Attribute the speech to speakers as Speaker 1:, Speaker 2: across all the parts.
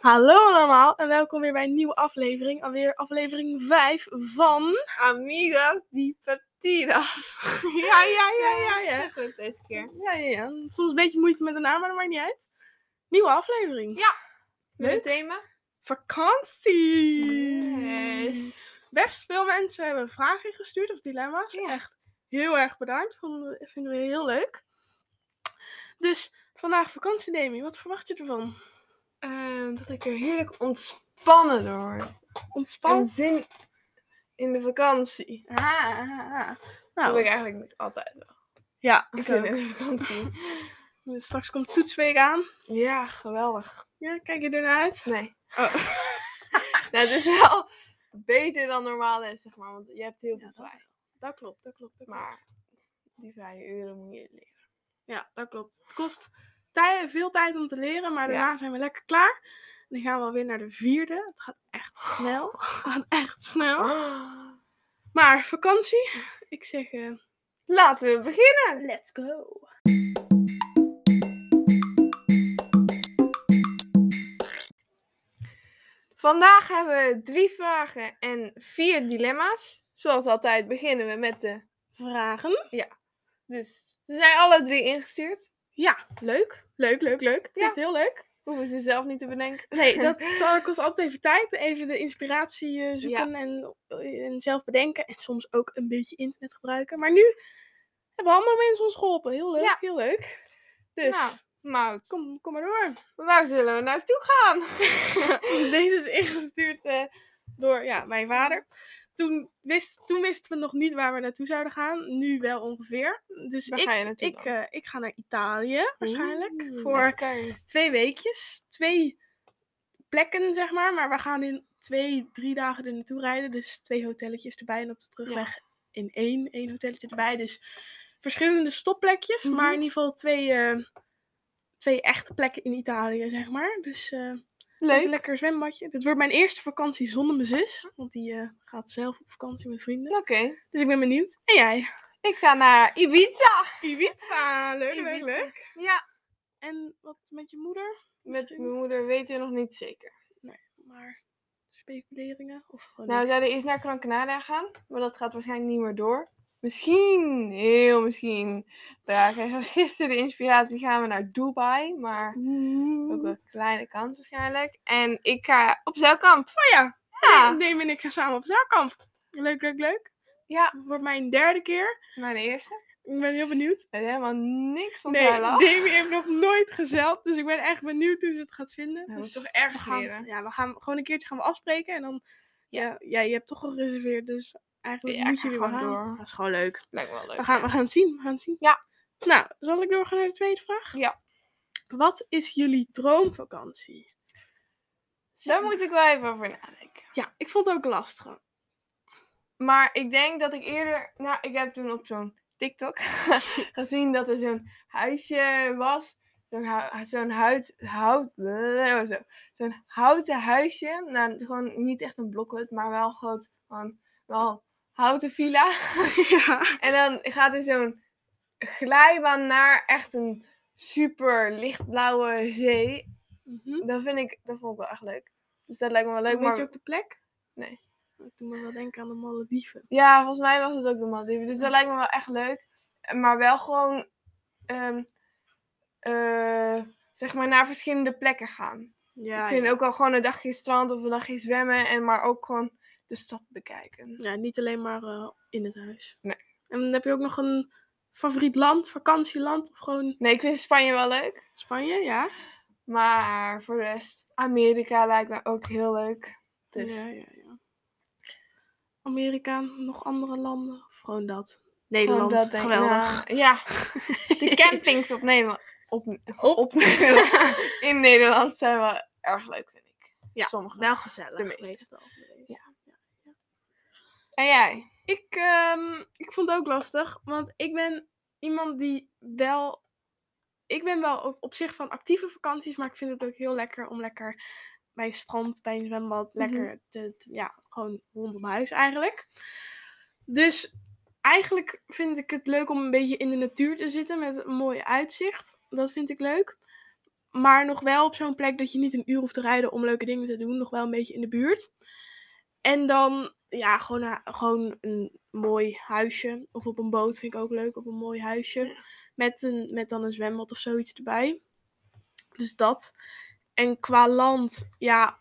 Speaker 1: Hallo allemaal en welkom weer bij een nieuwe aflevering. Alweer aflevering 5 van.
Speaker 2: Amigas die partidas.
Speaker 1: Ja, ja, ja, ja, ja.
Speaker 2: Goed, deze keer.
Speaker 1: Ja, ja, ja. Soms een beetje moeite met de naam, maar dat maakt niet uit. Nieuwe aflevering.
Speaker 2: Ja. Met
Speaker 1: Leuk.
Speaker 2: het thema?
Speaker 1: Vakantie. Best veel mensen hebben vragen ingestuurd of dilemma's.
Speaker 2: Ja.
Speaker 1: Echt heel erg bedankt. Vonden we- vinden we heel leuk. Dus vandaag vakantie, Demi. Wat verwacht je ervan?
Speaker 2: Ehm, dat ik er heerlijk ontspannen door word. En
Speaker 1: Ontspannen.
Speaker 2: zin in de vakantie.
Speaker 1: Ah, ah, ah.
Speaker 2: Dat heb ik
Speaker 1: Nou,
Speaker 2: eigenlijk altijd wel.
Speaker 1: ja, ik
Speaker 2: Zin
Speaker 1: ook.
Speaker 2: in de vakantie.
Speaker 1: Straks komt toetsweek aan.
Speaker 2: Ja, geweldig.
Speaker 1: Ja, kijk je ernaar uit?
Speaker 2: Nee.
Speaker 1: Oh.
Speaker 2: nou, het is wel beter dan normaal is, zeg maar. Want je hebt heel veel
Speaker 1: Ja, dat-
Speaker 2: vrij.
Speaker 1: Dat klopt, dat klopt, dat klopt.
Speaker 2: Maar die vrije uren moet je leren.
Speaker 1: Ja, dat klopt. Het kost tij- veel tijd om te leren, maar
Speaker 2: Ja.
Speaker 1: daarna zijn we lekker klaar. En dan gaan we alweer naar de vierde. Het gaat echt snel. Het gaat echt snel. Maar vakantie, ik zeg... eh,
Speaker 2: Laten we beginnen.
Speaker 1: Let's go!
Speaker 2: Vandaag hebben we drie vragen en vier dilemma's. Zoals altijd beginnen we met de.
Speaker 1: Vragen?
Speaker 2: Dus ze zijn alle drie ingestuurd.
Speaker 1: Ja, leuk. Leuk, leuk, leuk. Ja.
Speaker 2: Ja.
Speaker 1: heel leuk.
Speaker 2: Hoeven ze zelf niet te bedenken.
Speaker 1: Nee, dat zal- kost altijd even tijd. Even de inspiratie eh, zoeken en, en zelf bedenken. En soms ook een beetje internet gebruiken. Maar nu hebben allemaal mensen ons geholpen. Heel leuk,
Speaker 2: Ja.
Speaker 1: heel leuk. Dus...
Speaker 2: Nou, Mout.
Speaker 1: Kom, kom maar door.
Speaker 2: Waar zullen we naartoe gaan?
Speaker 1: Deze is ingestuurd eh, door ja, mijn vader. Toen, wist, toen wisten we nog niet waar we naartoe zouden gaan. Nu wel ongeveer. Dus
Speaker 2: Waar
Speaker 1: ik,
Speaker 2: ga je naartoe?
Speaker 1: ik, eh, ik ga naar Italië waarschijnlijk. voor
Speaker 2: Oké.
Speaker 1: twee weekjes. Twee plekken, zeg maar. Maar we gaan in twee, drie dagen er naartoe rijden. Dus twee hotelletjes erbij. En op de terugweg in één, één hotelletje erbij. Dus verschillende stopplekjes.
Speaker 2: Mhm.
Speaker 1: Maar in ieder geval twee, eh, twee echte plekken in Italië, zeg maar. Dus eh, met
Speaker 2: Leuk.
Speaker 1: een lekker zwembadje. Dit wordt mijn eerste vakantie zonder mijn zus. Want die eh, gaat zelf op vakantie met vrienden.
Speaker 2: Oké.
Speaker 1: Dus ik ben benieuwd. En jij?
Speaker 2: Ik ga naar Ibiza.
Speaker 1: Ibiza! Leuk,
Speaker 2: leuk,
Speaker 1: leuk.
Speaker 2: Ja.
Speaker 1: En wat met je moeder?
Speaker 2: Met
Speaker 1: Misschien.
Speaker 2: mijn moeder weten we nog niet zeker.
Speaker 1: Maar speculeringen? Of gewoon
Speaker 2: Nou, we
Speaker 1: niks?
Speaker 2: zouden eerst naar Gran Canaria gaan. Maar dat gaat waarschijnlijk niet meer door. Misschien, heel misschien. Daar kregen we gisteren de inspiratie. Gaan we naar Dubai. Maar Ook wel een kleine kans waarschijnlijk. En ik ga op zeilkamp.
Speaker 1: Oh ja,
Speaker 2: Ja,
Speaker 1: Nee, Neem en ik gaan samen op zaalkamp. Leuk, leuk, leuk.
Speaker 2: Ja.
Speaker 1: Wordt mijn derde keer.
Speaker 2: mijn eerste.
Speaker 1: Ik ben heel benieuwd.
Speaker 2: Ik weet helemaal niks van
Speaker 1: Nee,
Speaker 2: zeilen af.
Speaker 1: Demi heeft nog nooit gezeld, dus ik ben echt benieuwd hoe ze het gaat vinden.
Speaker 2: We
Speaker 1: Dus
Speaker 2: moeten toch
Speaker 1: we
Speaker 2: erg
Speaker 1: gaan,
Speaker 2: leren.
Speaker 1: ja, we gaan gewoon een keertje gaan we afspreken en dan, ja, ja je hebt toch gereserveerd, dus eigenlijk
Speaker 2: Ja, ik
Speaker 1: moet je
Speaker 2: ga
Speaker 1: weer wel
Speaker 2: gewoon
Speaker 1: gaan.
Speaker 2: door.
Speaker 1: Dat is gewoon leuk.
Speaker 2: Lijkt me wel leuk.
Speaker 1: We gaan, we gaan het zien, we gaan het zien.
Speaker 2: Ja.
Speaker 1: Nou, zal ik doorgaan naar de tweede vraag?
Speaker 2: Ja.
Speaker 1: Wat is jullie droomvakantie?
Speaker 2: Daar moet ik wel even over nadenken.
Speaker 1: Ja, ik vond het ook lastig.
Speaker 2: Maar ik denk dat ik eerder... Nou, ik heb toen op zo'n TikTok gezien dat er zo'n huisje was. Zo'n hu- zo'n hout... hout eh, zo. Zo'n houten huisje. Nou, gewoon niet echt een blokhut, maar wel groot. Gewoon, wel houten villa.
Speaker 1: ja.
Speaker 2: En dan gaat hij zo'n glijbaan naar echt een super lichtblauwe zee.
Speaker 1: Mhm.
Speaker 2: Dat vind ik, dat vond ik wel echt leuk. Dus dat lijkt me wel leuk.
Speaker 1: Weet
Speaker 2: Maar...
Speaker 1: je ook de plek?
Speaker 2: Nee.
Speaker 1: Ik doe me wel denken aan de Malediven.
Speaker 2: Ja, volgens mij was het ook de Maldiven. Dus dat lijkt me wel echt leuk. Maar wel gewoon, ehm, eh, zeg maar, naar verschillende plekken gaan.
Speaker 1: Ja,
Speaker 2: ik vind
Speaker 1: ja.
Speaker 2: ook wel gewoon een dagje strand of een dagje zwemmen. En maar ook gewoon de stad bekijken.
Speaker 1: ja, niet alleen maar eh, in het huis.
Speaker 2: Nee.
Speaker 1: En dan heb je ook nog een favoriet land, vakantieland of gewoon
Speaker 2: Nee, ik vind Spanje wel leuk.
Speaker 1: Spanje, ja?
Speaker 2: Maar voor de rest, Amerika lijkt me ook heel leuk. Dus...
Speaker 1: Ja, ja, ja. Amerika, nog andere landen? Of gewoon dat? Nederland,
Speaker 2: Gewoon dat denk-
Speaker 1: geweldig.
Speaker 2: nou, ja, de campings op Nederland. Op, op Nederland. In Nederland zijn wel erg leuk, vind ik.
Speaker 1: Ja,
Speaker 2: sommige.
Speaker 1: Wel gezellig,
Speaker 2: De meeste.
Speaker 1: meestal. De meeste.
Speaker 2: En jij?
Speaker 1: Ik, ehm, ik vond het ook lastig, want ik ben iemand die wel. Ik ben wel op, op zich van actieve vakanties, maar ik vind het ook heel lekker om lekker bij een strand, bij een zwembad, lekker te, te- Ja, gewoon rondom huis eigenlijk. Dus eigenlijk vind ik het leuk om een beetje in de natuur te zitten met een mooi uitzicht. Dat vind ik leuk. Maar nog wel op zo'n plek dat je niet een uur hoeft te rijden om leuke dingen te doen. Nog wel een beetje in de buurt. En dan, ja, gewoon, na- gewoon een mooi huisje. Of op een boot vind ik ook leuk, op een mooi huisje. Met, een, met dan een zwembad of zoiets erbij. Dus dat. En qua land, ja,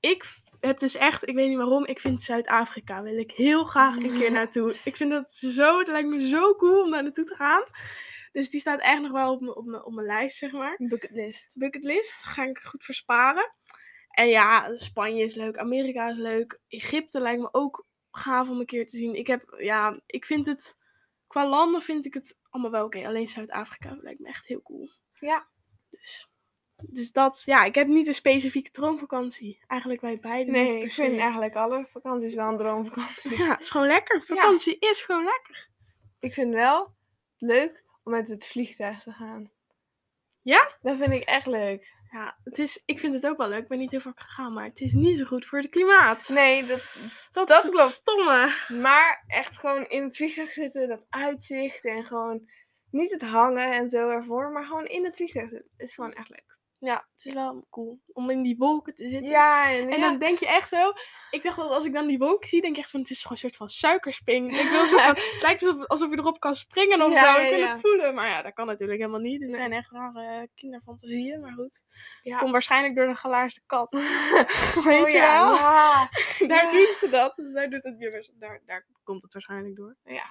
Speaker 1: ik v- heb dus echt, ik weet niet waarom, ik vind Zuid-Afrika wil ik heel graag een keer naartoe. Ik vind dat zo, het lijkt me zo cool om daar naartoe te gaan. Dus die staat echt nog wel op mijn- op mijn- op mijn lijst, zeg maar
Speaker 2: Bucketlist.
Speaker 1: bucketlist. Ga ik goed versparen. En ja, Spanje is leuk, Amerika is leuk. Egypte lijkt me ook gaaf om een keer te zien. Ik heb, ja, ik vind het, qua landen vind ik het allemaal wel oké. Alleen Zuid-Afrika lijkt me echt heel cool.
Speaker 2: Ja.
Speaker 1: Dus, dus dat, ja, ik heb niet een specifieke droomvakantie. Eigenlijk wij beiden niet
Speaker 2: Nee,
Speaker 1: per
Speaker 2: ik
Speaker 1: se.
Speaker 2: vind eigenlijk alle vakanties wel een droomvakantie.
Speaker 1: Ja, is gewoon lekker. Vakantie is gewoon lekker.
Speaker 2: Ik vind wel leuk om met het vliegtuig te gaan.
Speaker 1: Ja?
Speaker 2: Dat vind ik echt leuk.
Speaker 1: Ja, het is, ik vind het ook wel leuk. Ik ben niet heel vaak gegaan, maar het is niet zo goed voor het klimaat.
Speaker 2: Nee, dat,
Speaker 1: dat,
Speaker 2: dat
Speaker 1: is het
Speaker 2: klopt.
Speaker 1: stomme.
Speaker 2: maar echt gewoon in het vliegtuig zitten, dat uitzicht en gewoon niet het hangen en zo ervoor, maar gewoon in het vliegtuig zitten is gewoon echt leuk.
Speaker 1: Ja, het is wel cool om in die wolken te zitten.
Speaker 2: Ja, en,
Speaker 1: En
Speaker 2: ja. Oh
Speaker 1: dan denk je echt zo. Ik dacht dat als ik dan die wolk zie, denk ik echt van het is gewoon een soort van suikerspin. Ik wil zo van, het lijkt alsof, alsof je erop kan springen of
Speaker 2: Ja,
Speaker 1: zo.
Speaker 2: ja,
Speaker 1: Ik wil
Speaker 2: ja.
Speaker 1: het voelen. Maar ja, dat kan natuurlijk helemaal niet. Er
Speaker 2: Nee.
Speaker 1: zijn echt rare kinderfantasieën. Maar goed.
Speaker 2: Ja.
Speaker 1: Komt waarschijnlijk door de galaarste kat. Weet
Speaker 2: Oh
Speaker 1: je
Speaker 2: ja,
Speaker 1: wel?
Speaker 2: ja.
Speaker 1: Daar
Speaker 2: Ja.
Speaker 1: doen ze dat. Dus daar, doet het, weer waarsch- daar, daar komt het waarschijnlijk door.
Speaker 2: Ja.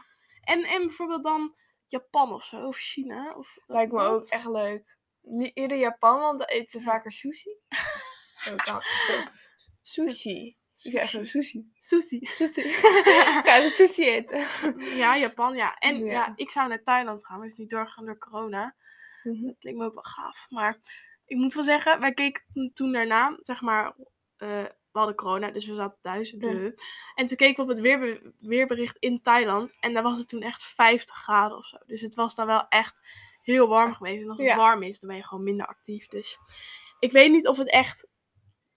Speaker 1: En, en bijvoorbeeld dan Japan of zo. Of China. Of dat-
Speaker 2: Lijkt me
Speaker 1: dat.
Speaker 2: ook echt leuk. Ni- Eerder Japan, want dan eten ze vaker sushi. Zo kan. Sushi. Ik zeg echt zo sushi.
Speaker 1: Sushi.
Speaker 2: Sushi. Ik ga even sushi eten.
Speaker 1: Ja, Japan, ja. En
Speaker 2: Ja.
Speaker 1: ja. ik zou naar Thailand gaan, maar is niet doorgegaan door corona. Dat leek me ook wel gaaf. Maar ik moet wel zeggen, wij keken toen daarna, zeg maar, eh, we hadden corona, dus we zaten thuis. bleh. En toen keken we op het weerbe- weerbericht in Thailand. En daar was het toen echt 50 graden of zo. Dus het was dan wel echt heel warm geweest. En als het
Speaker 2: Ja.
Speaker 1: warm is, dan ben je gewoon minder actief. Dus ik weet niet of het echt.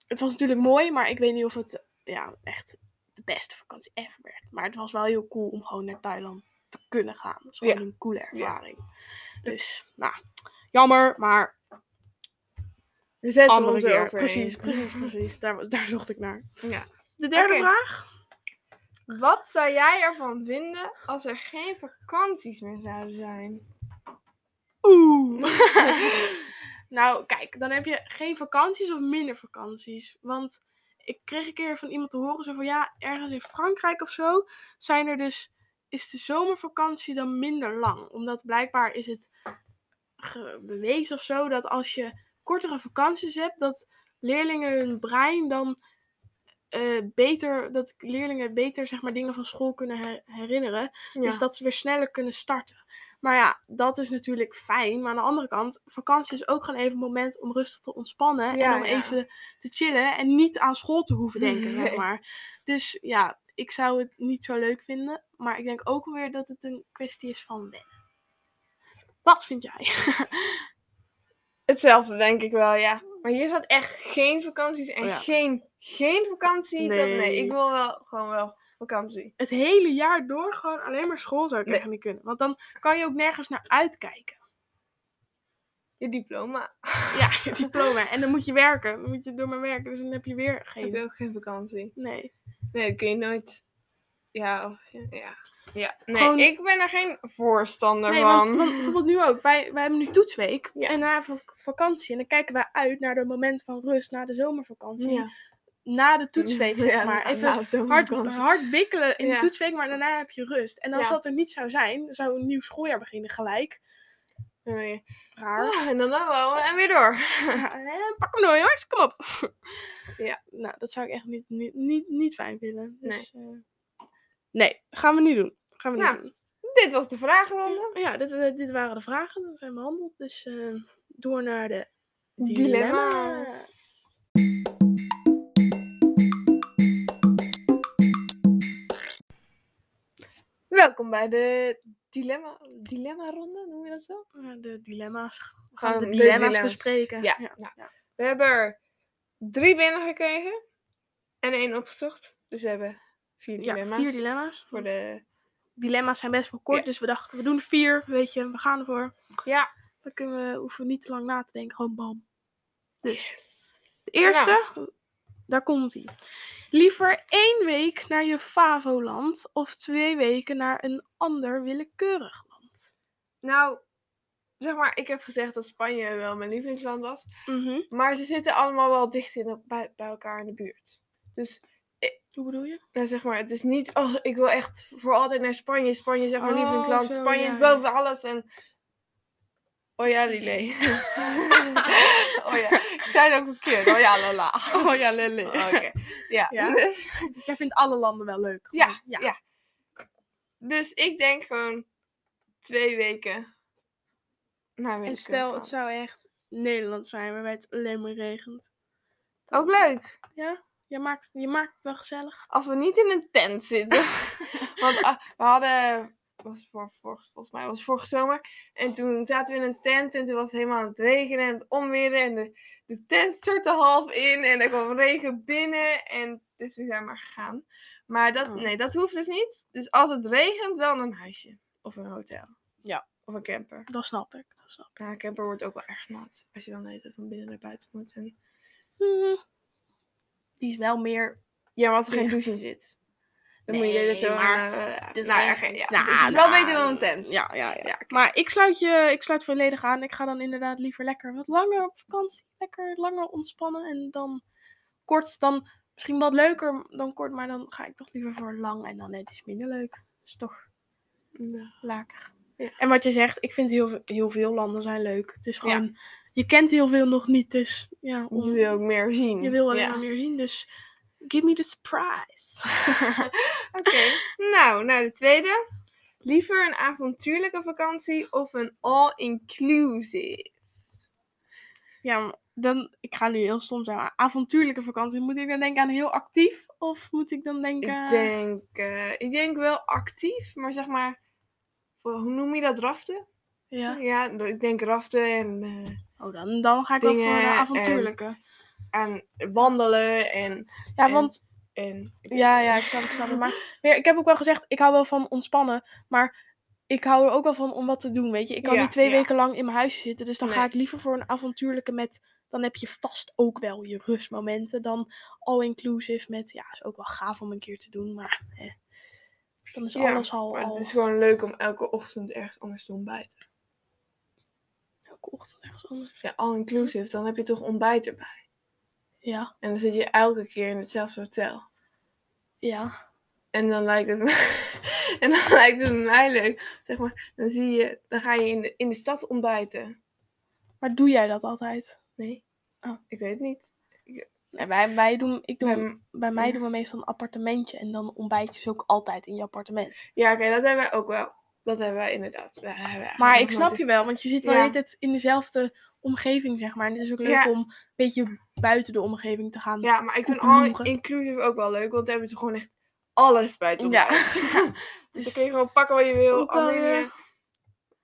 Speaker 1: Het was natuurlijk mooi, maar ik weet niet of het ja, echt de beste vakantie ever werd. Maar het was wel heel cool om gewoon naar Thailand te kunnen gaan. Dat is gewoon
Speaker 2: Ja.
Speaker 1: een coole ervaring. Dus, nou, jammer, maar
Speaker 2: We zetten
Speaker 1: andere
Speaker 2: ons
Speaker 1: keer.
Speaker 2: eroverheen.
Speaker 1: Precies, precies, precies. Daar, was- daar zocht ik naar.
Speaker 2: Ja.
Speaker 1: De derde
Speaker 2: Oké.
Speaker 1: vraag?
Speaker 2: Wat zou jij ervan vinden als er geen vakanties meer zouden zijn?
Speaker 1: Oeh. nou, kijk, dan heb je geen vakanties of minder vakanties. Want ik kreeg een keer van iemand te horen zo van ja, ergens in Frankrijk of zo zijn er dus is de zomervakantie dan minder lang, omdat blijkbaar is het ge- bewezen of zo dat als je kortere vakanties hebt, dat leerlingen hun brein dan eh, beter, dat leerlingen beter zeg maar dingen van school kunnen her- herinneren. Dus
Speaker 2: Dus dat-
Speaker 1: dat ze weer sneller kunnen starten. Maar ja, dat is natuurlijk fijn. Maar aan de andere kant, vakantie is ook gewoon even een moment om rustig te ontspannen.
Speaker 2: Ja,
Speaker 1: en om
Speaker 2: ja.
Speaker 1: even te chillen. En niet aan school te hoeven denken, zeg
Speaker 2: Nee.
Speaker 1: maar. Dus ja, ik zou het niet zo leuk vinden. Maar ik denk ook weer dat het een kwestie is van wennen. Wat vind jij?
Speaker 2: Hetzelfde denk ik wel, ja. Maar hier staat echt geen vakanties en
Speaker 1: Oh ja.
Speaker 2: geen, geen vakantie. Nee. Dat, nee,
Speaker 1: Nee.
Speaker 2: ik wil wel gewoon wel vakantie.
Speaker 1: Het hele jaar door gewoon alleen maar school zou ik
Speaker 2: Nee.
Speaker 1: echt niet kunnen. Want dan kan je ook nergens naar uitkijken.
Speaker 2: Je diploma.
Speaker 1: Ja, je diploma. En dan moet je werken. Dan moet je door mijn werken. Dus dan heb je weer
Speaker 2: Heb je
Speaker 1: geen...
Speaker 2: ook geen vakantie?
Speaker 1: Nee.
Speaker 2: Nee, dat kun je nooit. Ja, of- ja. ja. Nee,
Speaker 1: Gewoon-
Speaker 2: ik ben er geen voorstander
Speaker 1: Nee,
Speaker 2: van.
Speaker 1: want, want bijvoorbeeld nu ook. Wij, wij hebben nu toetsweek
Speaker 2: Ja.
Speaker 1: en na vak- vakantie. En dan kijken wij uit naar het moment van rust na de zomervakantie.
Speaker 2: Ja.
Speaker 1: Na de toetsweek, zeg maar.
Speaker 2: nou,
Speaker 1: Even
Speaker 2: nou, zo'n
Speaker 1: hard,
Speaker 2: vakantie.
Speaker 1: hard bikkelen in
Speaker 2: Ja.
Speaker 1: de toetsweek, maar daarna heb je rust. En als
Speaker 2: Ja.
Speaker 1: dat er niet zou zijn, dan zou een nieuw schooljaar beginnen gelijk.
Speaker 2: Nee.
Speaker 1: Raar.
Speaker 2: Ah, en dan hallo, en weer door.
Speaker 1: Eh, Pak hem door, jongens. Kom op.
Speaker 2: Ja.
Speaker 1: Nou, dat zou ik echt niet, niet, niet, niet fijn vinden.
Speaker 2: Nee.
Speaker 1: Dus, eh, nee, gaan we niet doen. Gaan we niet
Speaker 2: Nou,
Speaker 1: doen.
Speaker 2: Dit was de vragenronde.
Speaker 1: Ja, dit, eh, dit waren de vragen. We zijn behandeld. Dus eh, door naar de
Speaker 2: Dilemma's. Welkom bij de dilemma, dilemma ronde, noem je dat zo?
Speaker 1: Ja, Eh, de dilemma's. We
Speaker 2: Gaan
Speaker 1: gaan de
Speaker 2: de
Speaker 1: dilemma's,
Speaker 2: dilemma's.
Speaker 1: bespreken.
Speaker 2: Ja, nou. We hebben er drie binnengekregen en één opgezocht. Dus we hebben vier
Speaker 1: Ja,
Speaker 2: dilemma's
Speaker 1: vier dilemma's.
Speaker 2: voor de...
Speaker 1: Dilemma's zijn best wel kort,
Speaker 2: Ja.
Speaker 1: dus we dachten we doen vier. Weet je, we gaan ervoor.
Speaker 2: Ja,
Speaker 1: Dan kunnen we, hoeven we niet te lang na te denken. Gewoon bam. Dus, de eerste, daar komt ie. Liever één week naar je Favoland of twee weken naar een ander willekeurig land.
Speaker 2: Nou, zeg maar, ik heb gezegd dat Spanje wel mijn lievelingsland was.
Speaker 1: Mhm.
Speaker 2: Maar ze zitten allemaal wel dicht in, bij, bij elkaar in de buurt. Dus
Speaker 1: Hoe bedoel je?
Speaker 2: ja, zeg maar, het is niet, oh, ik wil echt voor altijd naar Spanje. Spanje is echt mijn
Speaker 1: Oh,
Speaker 2: lievelingsland.
Speaker 1: zo,
Speaker 2: Spanje
Speaker 1: ja,
Speaker 2: is
Speaker 1: ja.
Speaker 2: boven alles en... Oh ja, Lilé. oh ja, ik zei het ook verkeerd. Oh ja, lala.
Speaker 1: Oh ja, lele.
Speaker 2: Oké, ja.
Speaker 1: Ja.
Speaker 2: Dus,
Speaker 1: Jij vindt alle landen wel leuk.
Speaker 2: Ja,
Speaker 1: gewoon. ja.
Speaker 2: ja. dus ik denk gewoon twee weken. Naar
Speaker 1: En stel, het zou echt Nederland zijn waarbij het alleen maar regent.
Speaker 2: Ook leuk.
Speaker 1: Je maakt, je maakt het wel gezellig.
Speaker 2: Als we niet in een tent zitten. Want ah, we hadden. Was voor, voor, volgens mij was het vorige zomer. En toen zaten we in een tent. En toen was het helemaal aan het regenen en het onweeren. En de, de tent stortte half in. En er kwam regen binnen. En dus we zijn maar gegaan. Maar dat,
Speaker 1: Oh.
Speaker 2: nee, dat hoeft dus niet. Dus als het regent, wel naar een huisje. Of een hotel.
Speaker 1: Ja.
Speaker 2: Of een camper.
Speaker 1: Dat snap ik. Dat snap ik.
Speaker 2: Ja, een camper wordt ook wel erg nat. Als je dan de hele tijd van binnen naar buiten moet. En...
Speaker 1: Hmm. Die is wel meer...
Speaker 2: Ja, maar als er geen
Speaker 1: Echt.
Speaker 2: douche in zit. Dan moet je de
Speaker 1: Nee,
Speaker 2: hele tijd zo
Speaker 1: maar
Speaker 2: aan, eh,
Speaker 1: het is
Speaker 2: nou,
Speaker 1: echt-
Speaker 2: erg- ja,
Speaker 1: nou,
Speaker 2: het is wel
Speaker 1: nou,
Speaker 2: beter dan een tent.
Speaker 1: Ja, ja, ja.
Speaker 2: Ja, oké.
Speaker 1: Maar ik sluit, je, ik sluit volledig aan. Ik ga dan inderdaad liever lekker wat langer op vakantie. Lekker langer ontspannen. En dan kort, dan misschien wat leuker dan kort. Maar dan ga ik toch liever voor lang. En dan net is minder leuk. Dus toch Nou. laker.
Speaker 2: Ja.
Speaker 1: En wat je zegt, ik vind heel, ve- heel veel landen zijn leuk. Het is
Speaker 2: Ja.
Speaker 1: gewoon, je kent heel veel nog niet, dus ja, om-
Speaker 2: Je wil ook meer zien.
Speaker 1: je wil alleen
Speaker 2: Ja.
Speaker 1: maar meer zien. Dus give me the surprise.
Speaker 2: Oké. Nou, naar de tweede. Liever een avontuurlijke vakantie of een all-inclusive?
Speaker 1: ja, maar dan, ik ga nu heel stom zijn, maar avontuurlijke vakantie. Moet ik dan denken aan heel actief? Of moet ik dan denken...
Speaker 2: Ik denk, eh, ik denk wel actief, maar zeg maar, voor- hoe noem je dat? Raften?
Speaker 1: Ja.
Speaker 2: d- ik denk raften en, eh,
Speaker 1: Oh, dan, dan ga ik wel voor
Speaker 2: Dingen
Speaker 1: eh,
Speaker 2: en-
Speaker 1: avontuurlijke.
Speaker 2: en wandelen en,
Speaker 1: ja,
Speaker 2: en-
Speaker 1: want
Speaker 2: en...
Speaker 1: Ja, ja, ik snap, ik snap het. Maar weer, ik heb ook wel gezegd, ik hou wel van ontspannen. Maar ik hou er ook wel van om wat te doen, weet je. Ik kan
Speaker 2: Ja,
Speaker 1: niet twee
Speaker 2: ja.
Speaker 1: weken lang in mijn huisje zitten. Dus dan ga
Speaker 2: Nee.
Speaker 1: ik liever voor een avontuurlijke met... Dan heb je vast ook wel je rustmomenten. Dan all-inclusive met... Ja, is ook wel gaaf om een keer te doen, maar... Eh, dan is
Speaker 2: Ja,
Speaker 1: alles al,
Speaker 2: Maar dus-
Speaker 1: al
Speaker 2: het is gewoon leuk om elke ochtend ergens anders te ontbijten.
Speaker 1: elke ochtend ergens anders.
Speaker 2: Ja, all-inclusive, dan heb je toch ontbijt erbij.
Speaker 1: Ja,
Speaker 2: En dan zit je elke keer in hetzelfde hotel.
Speaker 1: ja.
Speaker 2: En dan lijkt het me, en dan lijkt het mij leuk. Zeg maar, dan zie je, dan ga je in de, in de stad ontbijten.
Speaker 1: Maar doe jij dat altijd?
Speaker 2: Nee.
Speaker 1: Oh.
Speaker 2: Ik weet het niet. Ehm,
Speaker 1: Nee, wij, wij doen, ik doe,
Speaker 2: Wij-
Speaker 1: bij mij
Speaker 2: ja.
Speaker 1: doen we meestal een appartementje. En dan ontbijt je dus ook altijd in je appartement.
Speaker 2: Ja, oké, dat hebben wij ook wel. Dat hebben wij inderdaad. Dat hebben wij eigenlijk
Speaker 1: Maar ik
Speaker 2: nog
Speaker 1: snap
Speaker 2: nooit-
Speaker 1: je wel, want je zit wel
Speaker 2: Ja.
Speaker 1: het in dezelfde omgeving, zeg maar. En het is ook leuk
Speaker 2: Ja.
Speaker 1: om een beetje buiten de omgeving te gaan.
Speaker 2: Ja, maar ik vind
Speaker 1: koekeloeren.
Speaker 2: all inclusive ook wel leuk, want dan hebben ze gewoon echt alles bij het
Speaker 1: Ja.
Speaker 2: ontbijt. dus dan kun je gewoon pakken wat je wil.
Speaker 1: Ook wel
Speaker 2: alle
Speaker 1: weer-
Speaker 2: dingen.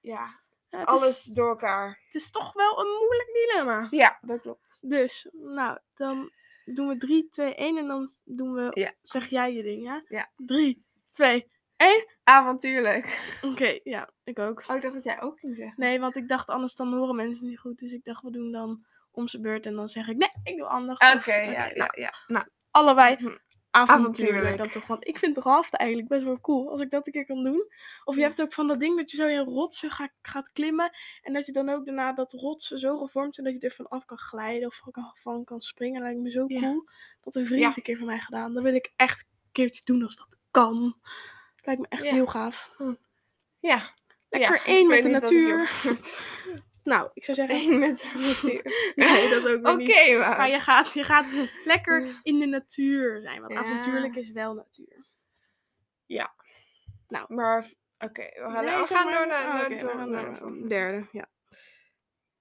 Speaker 2: Ja,
Speaker 1: Ja, het,
Speaker 2: alles
Speaker 1: Is,
Speaker 2: door elkaar.
Speaker 1: het is toch wel een moeilijk dilemma.
Speaker 2: Ja, dat klopt.
Speaker 1: Dus, nou, dan doen we 3, 2, 1 en dan doen we...
Speaker 2: Ja.
Speaker 1: Zeg jij je ding, ja?
Speaker 2: Ja.
Speaker 1: 3, 2, 1.
Speaker 2: Avontuurlijk.
Speaker 1: Oké, ja, ik ook.
Speaker 2: Oh, ik dacht dat jij ook ging zeggen.
Speaker 1: Nee, want ik dacht anders dan horen mensen niet goed. Dus ik dacht, we doen dan om zijn beurt en dan zeg ik, nee, ik doe anders.
Speaker 2: Oké,
Speaker 1: Of-
Speaker 2: ja,
Speaker 1: nou,
Speaker 2: ja, ja. Nou,
Speaker 1: allebei
Speaker 2: Hm.
Speaker 1: avontuurlijk
Speaker 2: Avontuurlijk.
Speaker 1: dan toch. Want ik vind raften eigenlijk best wel cool als ik dat een keer kan doen. Of je
Speaker 2: Ja.
Speaker 1: hebt ook van dat ding dat je zo in rotsen ga- gaat klimmen. En dat je dan ook daarna dat rotsen zo gevormd zijn dat je er van af kan glijden of van kan, van kan springen. Lijkt me zo
Speaker 2: Ja.
Speaker 1: cool. Dat een vriend
Speaker 2: Ja.
Speaker 1: een keer van mij gedaan. Dat wil ik echt een keertje doen als dat kan. Lijkt me echt
Speaker 2: Ja.
Speaker 1: heel gaaf.
Speaker 2: ja.
Speaker 1: Lekker
Speaker 2: Ja,
Speaker 1: één
Speaker 2: ik
Speaker 1: met
Speaker 2: weet
Speaker 1: de
Speaker 2: niet wat ik hier-
Speaker 1: natuur. Nou, ik zou zeggen...
Speaker 2: Eén met de natuur.
Speaker 1: Nee, dat ook
Speaker 2: Oké,
Speaker 1: nog niet.
Speaker 2: maar.
Speaker 1: Maar je gaat, je gaat lekker in de natuur zijn. Want
Speaker 2: Ja.
Speaker 1: avontuurlijk is wel natuur.
Speaker 2: Maar, oké, we gaan,
Speaker 1: Nee,
Speaker 2: we
Speaker 1: zeg
Speaker 2: gaan
Speaker 1: maar.
Speaker 2: door naar,
Speaker 1: Oh,
Speaker 2: naar-
Speaker 1: oké, we
Speaker 2: door-
Speaker 1: gaan
Speaker 2: naar
Speaker 1: door
Speaker 2: de
Speaker 1: naar-
Speaker 2: volgende. Dus
Speaker 1: derde. Ja.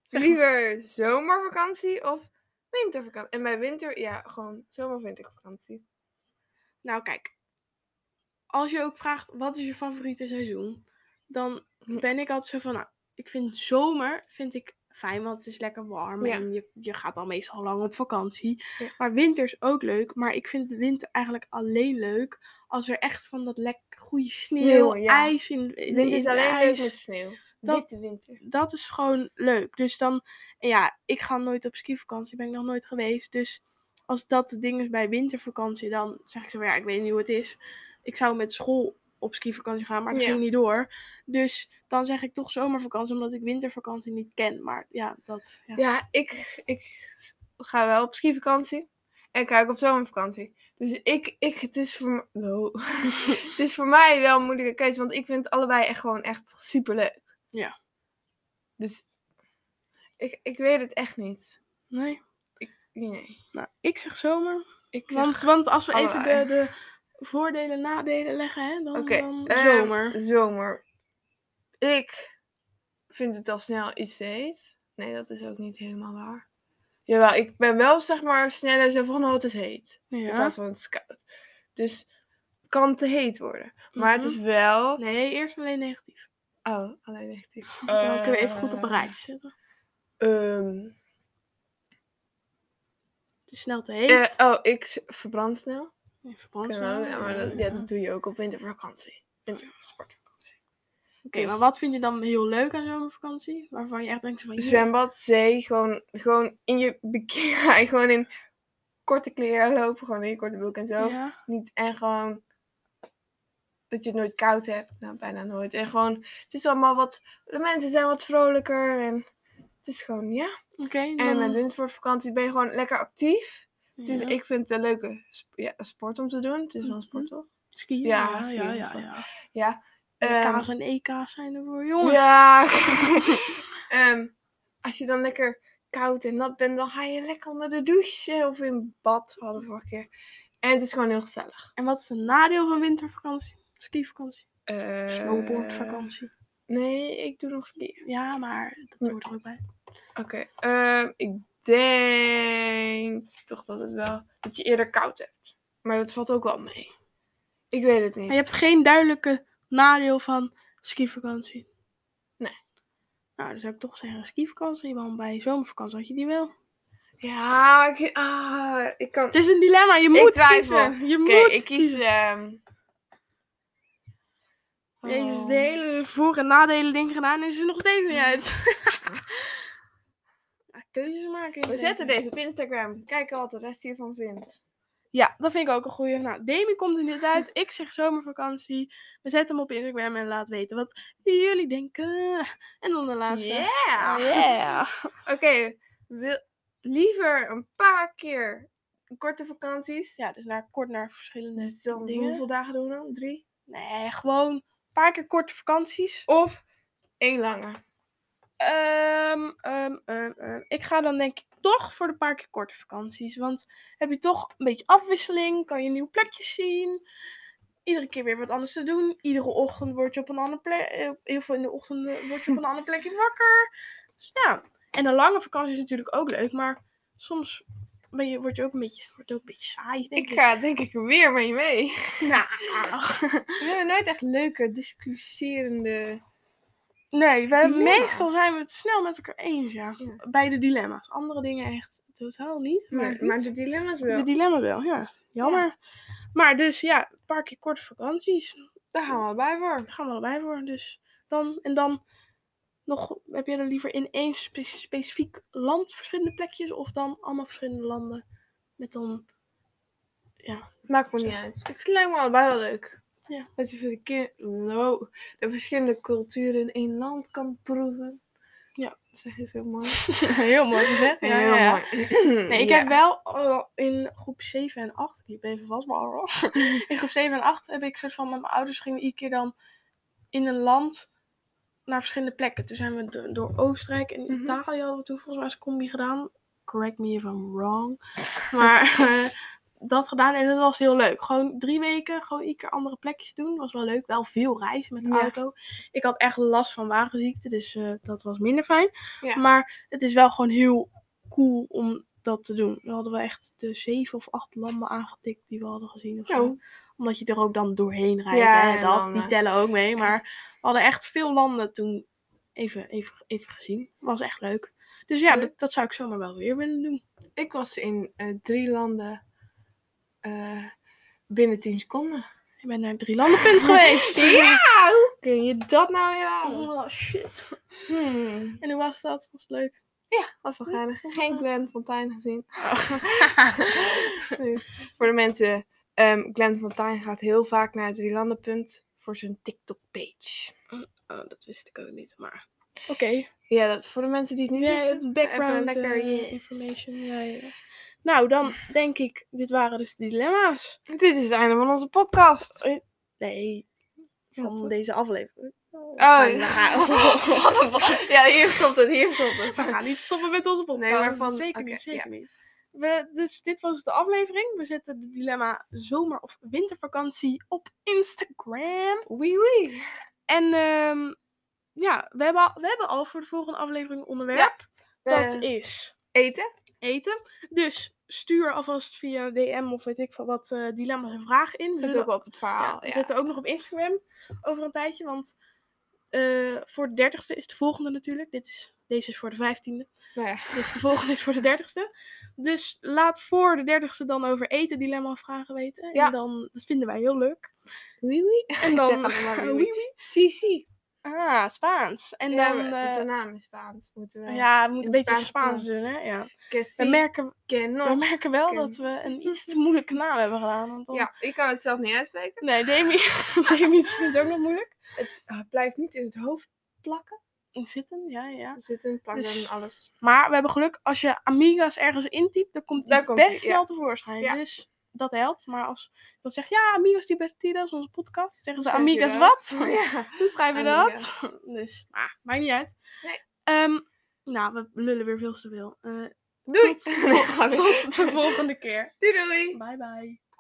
Speaker 1: Zeg maar.
Speaker 2: Liever zomervakantie of wintervakantie? En bij winter, ja, gewoon zomer- of wintervakantie.
Speaker 1: Nou, kijk. Als je ook vraagt wat is je favoriete seizoen, dan
Speaker 2: Hm.
Speaker 1: ben ik altijd zo van, nou, ik vind zomer vind ik fijn, want het is lekker warm
Speaker 2: Ja.
Speaker 1: en je, je gaat al meestal lang op vakantie.
Speaker 2: Ja.
Speaker 1: Maar winter is ook leuk, maar ik vind de winter eigenlijk alleen leuk als er echt van dat lekker goede sneeuw,
Speaker 2: ja.
Speaker 1: ijs in, in
Speaker 2: Winter
Speaker 1: in
Speaker 2: is
Speaker 1: de
Speaker 2: alleen leuk
Speaker 1: ijs.
Speaker 2: met sneeuw.
Speaker 1: Dat-
Speaker 2: Witte winter.
Speaker 1: dat is gewoon leuk. Dus dan, en ja, ik ga nooit op skivakantie, ben ik nog nooit geweest. Dus als dat het ding is bij wintervakantie, dan zeg ik zo van ja, ik weet niet hoe het is. Ik zou met school op skivakantie gaan, maar ik
Speaker 2: Ja.
Speaker 1: ging niet door. Dus dan zeg ik toch zomervakantie, omdat ik wintervakantie niet ken. Maar ja, dat. Ja.
Speaker 2: Ja, ik, ik ga wel op skivakantie. En ik ga ook op zomervakantie. Dus ik, ik, het, is voor, m- wow. het is voor mij wel een moeilijke keuze. Want ik vind het allebei echt gewoon echt superleuk.
Speaker 1: Ja.
Speaker 2: Dus ik, ik weet het echt niet.
Speaker 1: Nee.
Speaker 2: Nee.
Speaker 1: Nou, ik zeg zomer.
Speaker 2: Ik zeg
Speaker 1: Want, want als we even de,
Speaker 2: allebei.
Speaker 1: de voordelen, nadelen leggen, hè, dan,
Speaker 2: Oké,
Speaker 1: dan
Speaker 2: ehm,
Speaker 1: zomer.
Speaker 2: zomer. Ik vind het al snel iets te heet. Nee, dat is ook niet helemaal waar. Jawel, ik ben wel zeg maar sneller zo van oh, het is heet. In
Speaker 1: Ja.
Speaker 2: plaats van het is koud. Dus het kan te heet worden. Maar het is wel...
Speaker 1: Mhm. Nee, eerst alleen negatief.
Speaker 2: Oh, alleen negatief.
Speaker 1: Dan kunnen we even goed
Speaker 2: Eh,
Speaker 1: op een rijtje zetten.
Speaker 2: Ehm,
Speaker 1: Het is snel te heet.
Speaker 2: eh, oh, ik s- verbrand snel.
Speaker 1: Nee,
Speaker 2: Kan
Speaker 1: verbrandsel,
Speaker 2: ook, ja, maar dat, ja,
Speaker 1: eh, ja.
Speaker 2: dat doe je ook op wintervakantie. Wintersportvakantie.
Speaker 1: Oké,
Speaker 2: dus-
Speaker 1: maar wat vind je dan heel leuk aan zomervakantie? Waarvan je echt denkt van... "Jee."
Speaker 2: Zwembad, zee, gewoon, gewoon in je bikini, gewoon in korte kleren lopen, gewoon in je korte broek en zo.
Speaker 1: Ja.
Speaker 2: Niet, en gewoon dat je het nooit koud hebt, nou bijna nooit. En gewoon, het is allemaal wat, de mensen zijn wat vrolijker en het is gewoon, ja.
Speaker 1: Oké,
Speaker 2: En
Speaker 1: dan-
Speaker 2: met wintersportvakantie ben je gewoon lekker actief. Het is,
Speaker 1: Mhm. ja.
Speaker 2: Ik vind het een leuke sp- ja, sport om te doen. Het is wel een sport, toch?
Speaker 1: Skiën,
Speaker 2: ja,
Speaker 1: ja,
Speaker 2: skiën
Speaker 1: ja,
Speaker 2: is
Speaker 1: ja,
Speaker 2: wel-
Speaker 1: ja.
Speaker 2: Ja. ehm,
Speaker 1: EK's en EK's zijn er voor jongen.
Speaker 2: Ja. Ehm, als je dan lekker koud en nat bent, dan ga je lekker onder de douche of in bad. We hadden vorige keer. En het is gewoon heel gezellig.
Speaker 1: En wat is een nadeel van wintervakantie? Skivakantie?
Speaker 2: Eh,
Speaker 1: Snowboardvakantie?
Speaker 2: Nee, ik doe nog skiën.
Speaker 1: Ja, maar dat hoort er ook bij.
Speaker 2: Oké. ehm, ik denk toch dat het wel dat je eerder koud hebt. Maar dat valt ook wel mee. Ik weet het niet.
Speaker 1: Maar je hebt geen duidelijke nadeel van skivakantie?
Speaker 2: Nee.
Speaker 1: Nou, dan zou ik toch zeggen skivakantie, want bij zomervakantie had je die wel.
Speaker 2: Ja, maar ik, ah, ik kan.
Speaker 1: Het is een dilemma, je moet
Speaker 2: twijfel.
Speaker 1: kiezen. Je
Speaker 2: Oké,
Speaker 1: moet
Speaker 2: ik kies. ehm
Speaker 1: Jezus,
Speaker 2: oh.
Speaker 1: de hele voor- en nadelen ding gedaan is er nog steeds niet uit. Ja, Keuzes maken. in
Speaker 2: We
Speaker 1: het
Speaker 2: zetten
Speaker 1: leven.
Speaker 2: deze op Instagram. Kijken wat de rest hiervan vindt.
Speaker 1: Ja, dat vind ik ook een goeie. Nou, Demi komt er niet uit. Ik zeg zomervakantie. We zetten hem op Instagram en laat weten wat jullie denken. En dan de laatste. Ah,
Speaker 2: Yeah!
Speaker 1: Yeah.
Speaker 2: Oké, wil- liever een paar keer korte vakanties.
Speaker 1: Ja, dus naar, kort naar verschillende
Speaker 2: Dus dan
Speaker 1: dingen.
Speaker 2: hoeveel dagen doen we dan? Drie?
Speaker 1: Nee, gewoon een paar keer korte vakanties.
Speaker 2: Of één lange.
Speaker 1: Ehm, ehm, ehm, ehm. Ik ga dan denk ik toch voor de paar keer korte vakanties. Want heb je toch een beetje afwisseling, kan je nieuwe plekjes zien. Iedere keer weer wat anders te doen. Iedere ochtend word je op een andere plek. eh, Heel veel in de ochtend eh, word je op een andere plekje wakker. Dus ja. En een lange vakantie is natuurlijk ook leuk, maar soms ben je, word je ook een beetje, wordt ook een beetje saai. Denk
Speaker 2: Ik
Speaker 1: ik.
Speaker 2: ga denk ik weer met je mee.
Speaker 1: Nou.
Speaker 2: We hebben nooit echt leuke, discussierende...
Speaker 1: Nee, we,
Speaker 2: Dilemma's.
Speaker 1: meestal zijn we het snel met elkaar eens, ja.
Speaker 2: Ja.
Speaker 1: Bij de dilemma's. Andere dingen echt totaal niet. Maar,
Speaker 2: Maar,
Speaker 1: goed.
Speaker 2: maar de dilemma's wel.
Speaker 1: De dilemma wel, ja. Jammer. Maar dus ja, een paar keer korte vakanties.
Speaker 2: Daar gaan we al bij voor.
Speaker 1: Daar gaan we allebei voor. Dus dan, en dan nog, heb jij dan liever in één spe- specifiek land verschillende plekjes? Of dan allemaal verschillende landen? Met dan,
Speaker 2: Maakt me niet
Speaker 1: niet
Speaker 2: uit. Het lijkt me allebei wel leuk.
Speaker 1: Ja.
Speaker 2: Dat je voor de, keer, wow, de verschillende culturen in één land kan proeven.
Speaker 1: Ja.
Speaker 2: Dat zeg je zo mooi.
Speaker 1: heel mooi gezegd. Ja, ja, ja.
Speaker 2: mooi.
Speaker 1: Nee, ik
Speaker 2: Ja.
Speaker 1: heb wel eh, in groep 7 en 8, ik liep even vast, maar hoor. in groep 7 en 8 heb ik soort van met mijn ouders gingen iedere keer dan in een land naar verschillende plekken. Toen zijn we do- door Oostenrijk en
Speaker 2: Mhm.
Speaker 1: Italië hadden we toen volgens mij als combi gedaan. Correct me if I'm wrong. Maar eh, dat gedaan en dat was heel leuk. Gewoon drie weken, gewoon iedere keer andere plekjes doen. Was wel leuk. Wel veel reizen met de
Speaker 2: Ja.
Speaker 1: auto. Ik had echt last van wagenziekte, dus eh, dat was minder fijn.
Speaker 2: Ja.
Speaker 1: Maar het is wel gewoon heel cool om dat te doen. We hadden wel echt de zeven of acht landen aangetikt die we hadden gezien. Of zo.
Speaker 2: Oh.
Speaker 1: Omdat je er ook dan doorheen rijdt.
Speaker 2: Ja,
Speaker 1: hè,
Speaker 2: en
Speaker 1: dat,
Speaker 2: dan,
Speaker 1: die
Speaker 2: eh,
Speaker 1: tellen ook mee. Maar we hadden echt veel landen toen even, even, even gezien. Was echt leuk. Dus ja,
Speaker 2: Leuk.
Speaker 1: dat, dat zou ik zomaar wel weer willen doen.
Speaker 2: Ik was in eh, drie landen eh, binnen tien seconden.
Speaker 1: Ik ben naar drie landenpunt geweest.
Speaker 2: Ja! Hoe kun je dat nou weer aan?
Speaker 1: Oh shit. En hoe was dat? Was het leuk?
Speaker 2: Wat wel geinig. Geen Glenn Fontijn gezien. Nee. Voor de mensen, ehm Glenn Fontijn gaat heel vaak naar het Drielandenpunt voor zijn TikTok-page.
Speaker 1: Oh, dat wist ik ook niet, maar. Oké.
Speaker 2: Ja, dat voor de mensen die het niet
Speaker 1: Ja,
Speaker 2: wisten.
Speaker 1: background
Speaker 2: even lekker,
Speaker 1: eh,
Speaker 2: yes.
Speaker 1: information. Ja, ja, ja. Nou, dan denk ik, dit waren dus de dilemma's.
Speaker 2: Dit is het einde van onze podcast.
Speaker 1: Nee, van
Speaker 2: toch?
Speaker 1: deze aflevering. Oh,
Speaker 2: Oh,
Speaker 1: we gaan,
Speaker 2: What the fuck? ja, hier stopt het, hier stopt
Speaker 1: we
Speaker 2: het.
Speaker 1: gaan niet stoppen met onze podcast.
Speaker 2: Nee, maar van-
Speaker 1: Zeker
Speaker 2: oké,
Speaker 1: niet, zeker
Speaker 2: ja.
Speaker 1: niet. We, dus dit was de aflevering. We zetten de dilemma zomer- of wintervakantie op Instagram.
Speaker 2: Wee wee.
Speaker 1: En ehm, ja, we hebben, al, we hebben al voor de volgende aflevering een onderwerp. Dat
Speaker 2: Eh,
Speaker 1: is...
Speaker 2: eten.
Speaker 1: eten. Dus stuur alvast via DM of weet ik van wat eh, dilemma's en vragen in. We
Speaker 2: Zet
Speaker 1: zullen-
Speaker 2: ook wel op het
Speaker 1: ja,
Speaker 2: verhaal.
Speaker 1: we
Speaker 2: ja.
Speaker 1: zetten ook nog op Instagram over een tijdje. Want eh, voor de dertigste is de volgende natuurlijk. Dit is, deze is voor de vijftiende.
Speaker 2: Nou ja.
Speaker 1: Dus de volgende is voor de dertigste. Dus laat voor de dertigste dan over eten dilemma of vragen weten.
Speaker 2: Ja.
Speaker 1: En dan, dat vinden wij heel leuk.
Speaker 2: Wee wee.
Speaker 1: En dan...
Speaker 2: zeg alleen maar wie, wie.
Speaker 1: Wie, wie?
Speaker 2: Sisi.
Speaker 1: Ah, Spaans. En
Speaker 2: Ja,
Speaker 1: dan...
Speaker 2: maar
Speaker 1: eh,
Speaker 2: onze naam is Spaans. Moeten we...
Speaker 1: ja, we moeten
Speaker 2: in
Speaker 1: een beetje
Speaker 2: Spaans
Speaker 1: Spaans
Speaker 2: trouwens.
Speaker 1: doen, hè? Ja.
Speaker 2: Que
Speaker 1: We
Speaker 2: sí,
Speaker 1: merken
Speaker 2: que no.
Speaker 1: We merken wel
Speaker 2: Oké. Hm.
Speaker 1: dat we een iets te moeilijke naam hebben gedaan. Want dan...
Speaker 2: Ja, ik kan het zelf niet uitspreken.
Speaker 1: Nee, Demi, Demi vindt het ook nog moeilijk.
Speaker 2: Het eh, blijft niet in het hoofd plakken.
Speaker 1: Zitten, ja, ja.
Speaker 2: Er zit een plakken
Speaker 1: Dus-
Speaker 2: en alles.
Speaker 1: Maar we hebben geluk, als je Amiga's ergens intypt, dan komt
Speaker 2: Daar
Speaker 1: die
Speaker 2: komt
Speaker 1: best
Speaker 2: die, ja.
Speaker 1: snel tevoorschijn.
Speaker 2: Ja.
Speaker 1: Dus dat helpt. Maar als je dan zegt, ja, Amigas Libertidas, onze podcast, zeggen ze
Speaker 2: Schrijf je
Speaker 1: Amigas
Speaker 2: dat?
Speaker 1: wat?
Speaker 2: Ja.
Speaker 1: Dan schrijven we dat.
Speaker 2: Amigas.
Speaker 1: Dus, maar, maakt niet uit.
Speaker 2: Nee.
Speaker 1: Ehm, nou, we lullen weer veel te veel. Eh,
Speaker 2: Doei!
Speaker 1: tot, tot de volgende keer.
Speaker 2: Doei doei!
Speaker 1: Bye bye.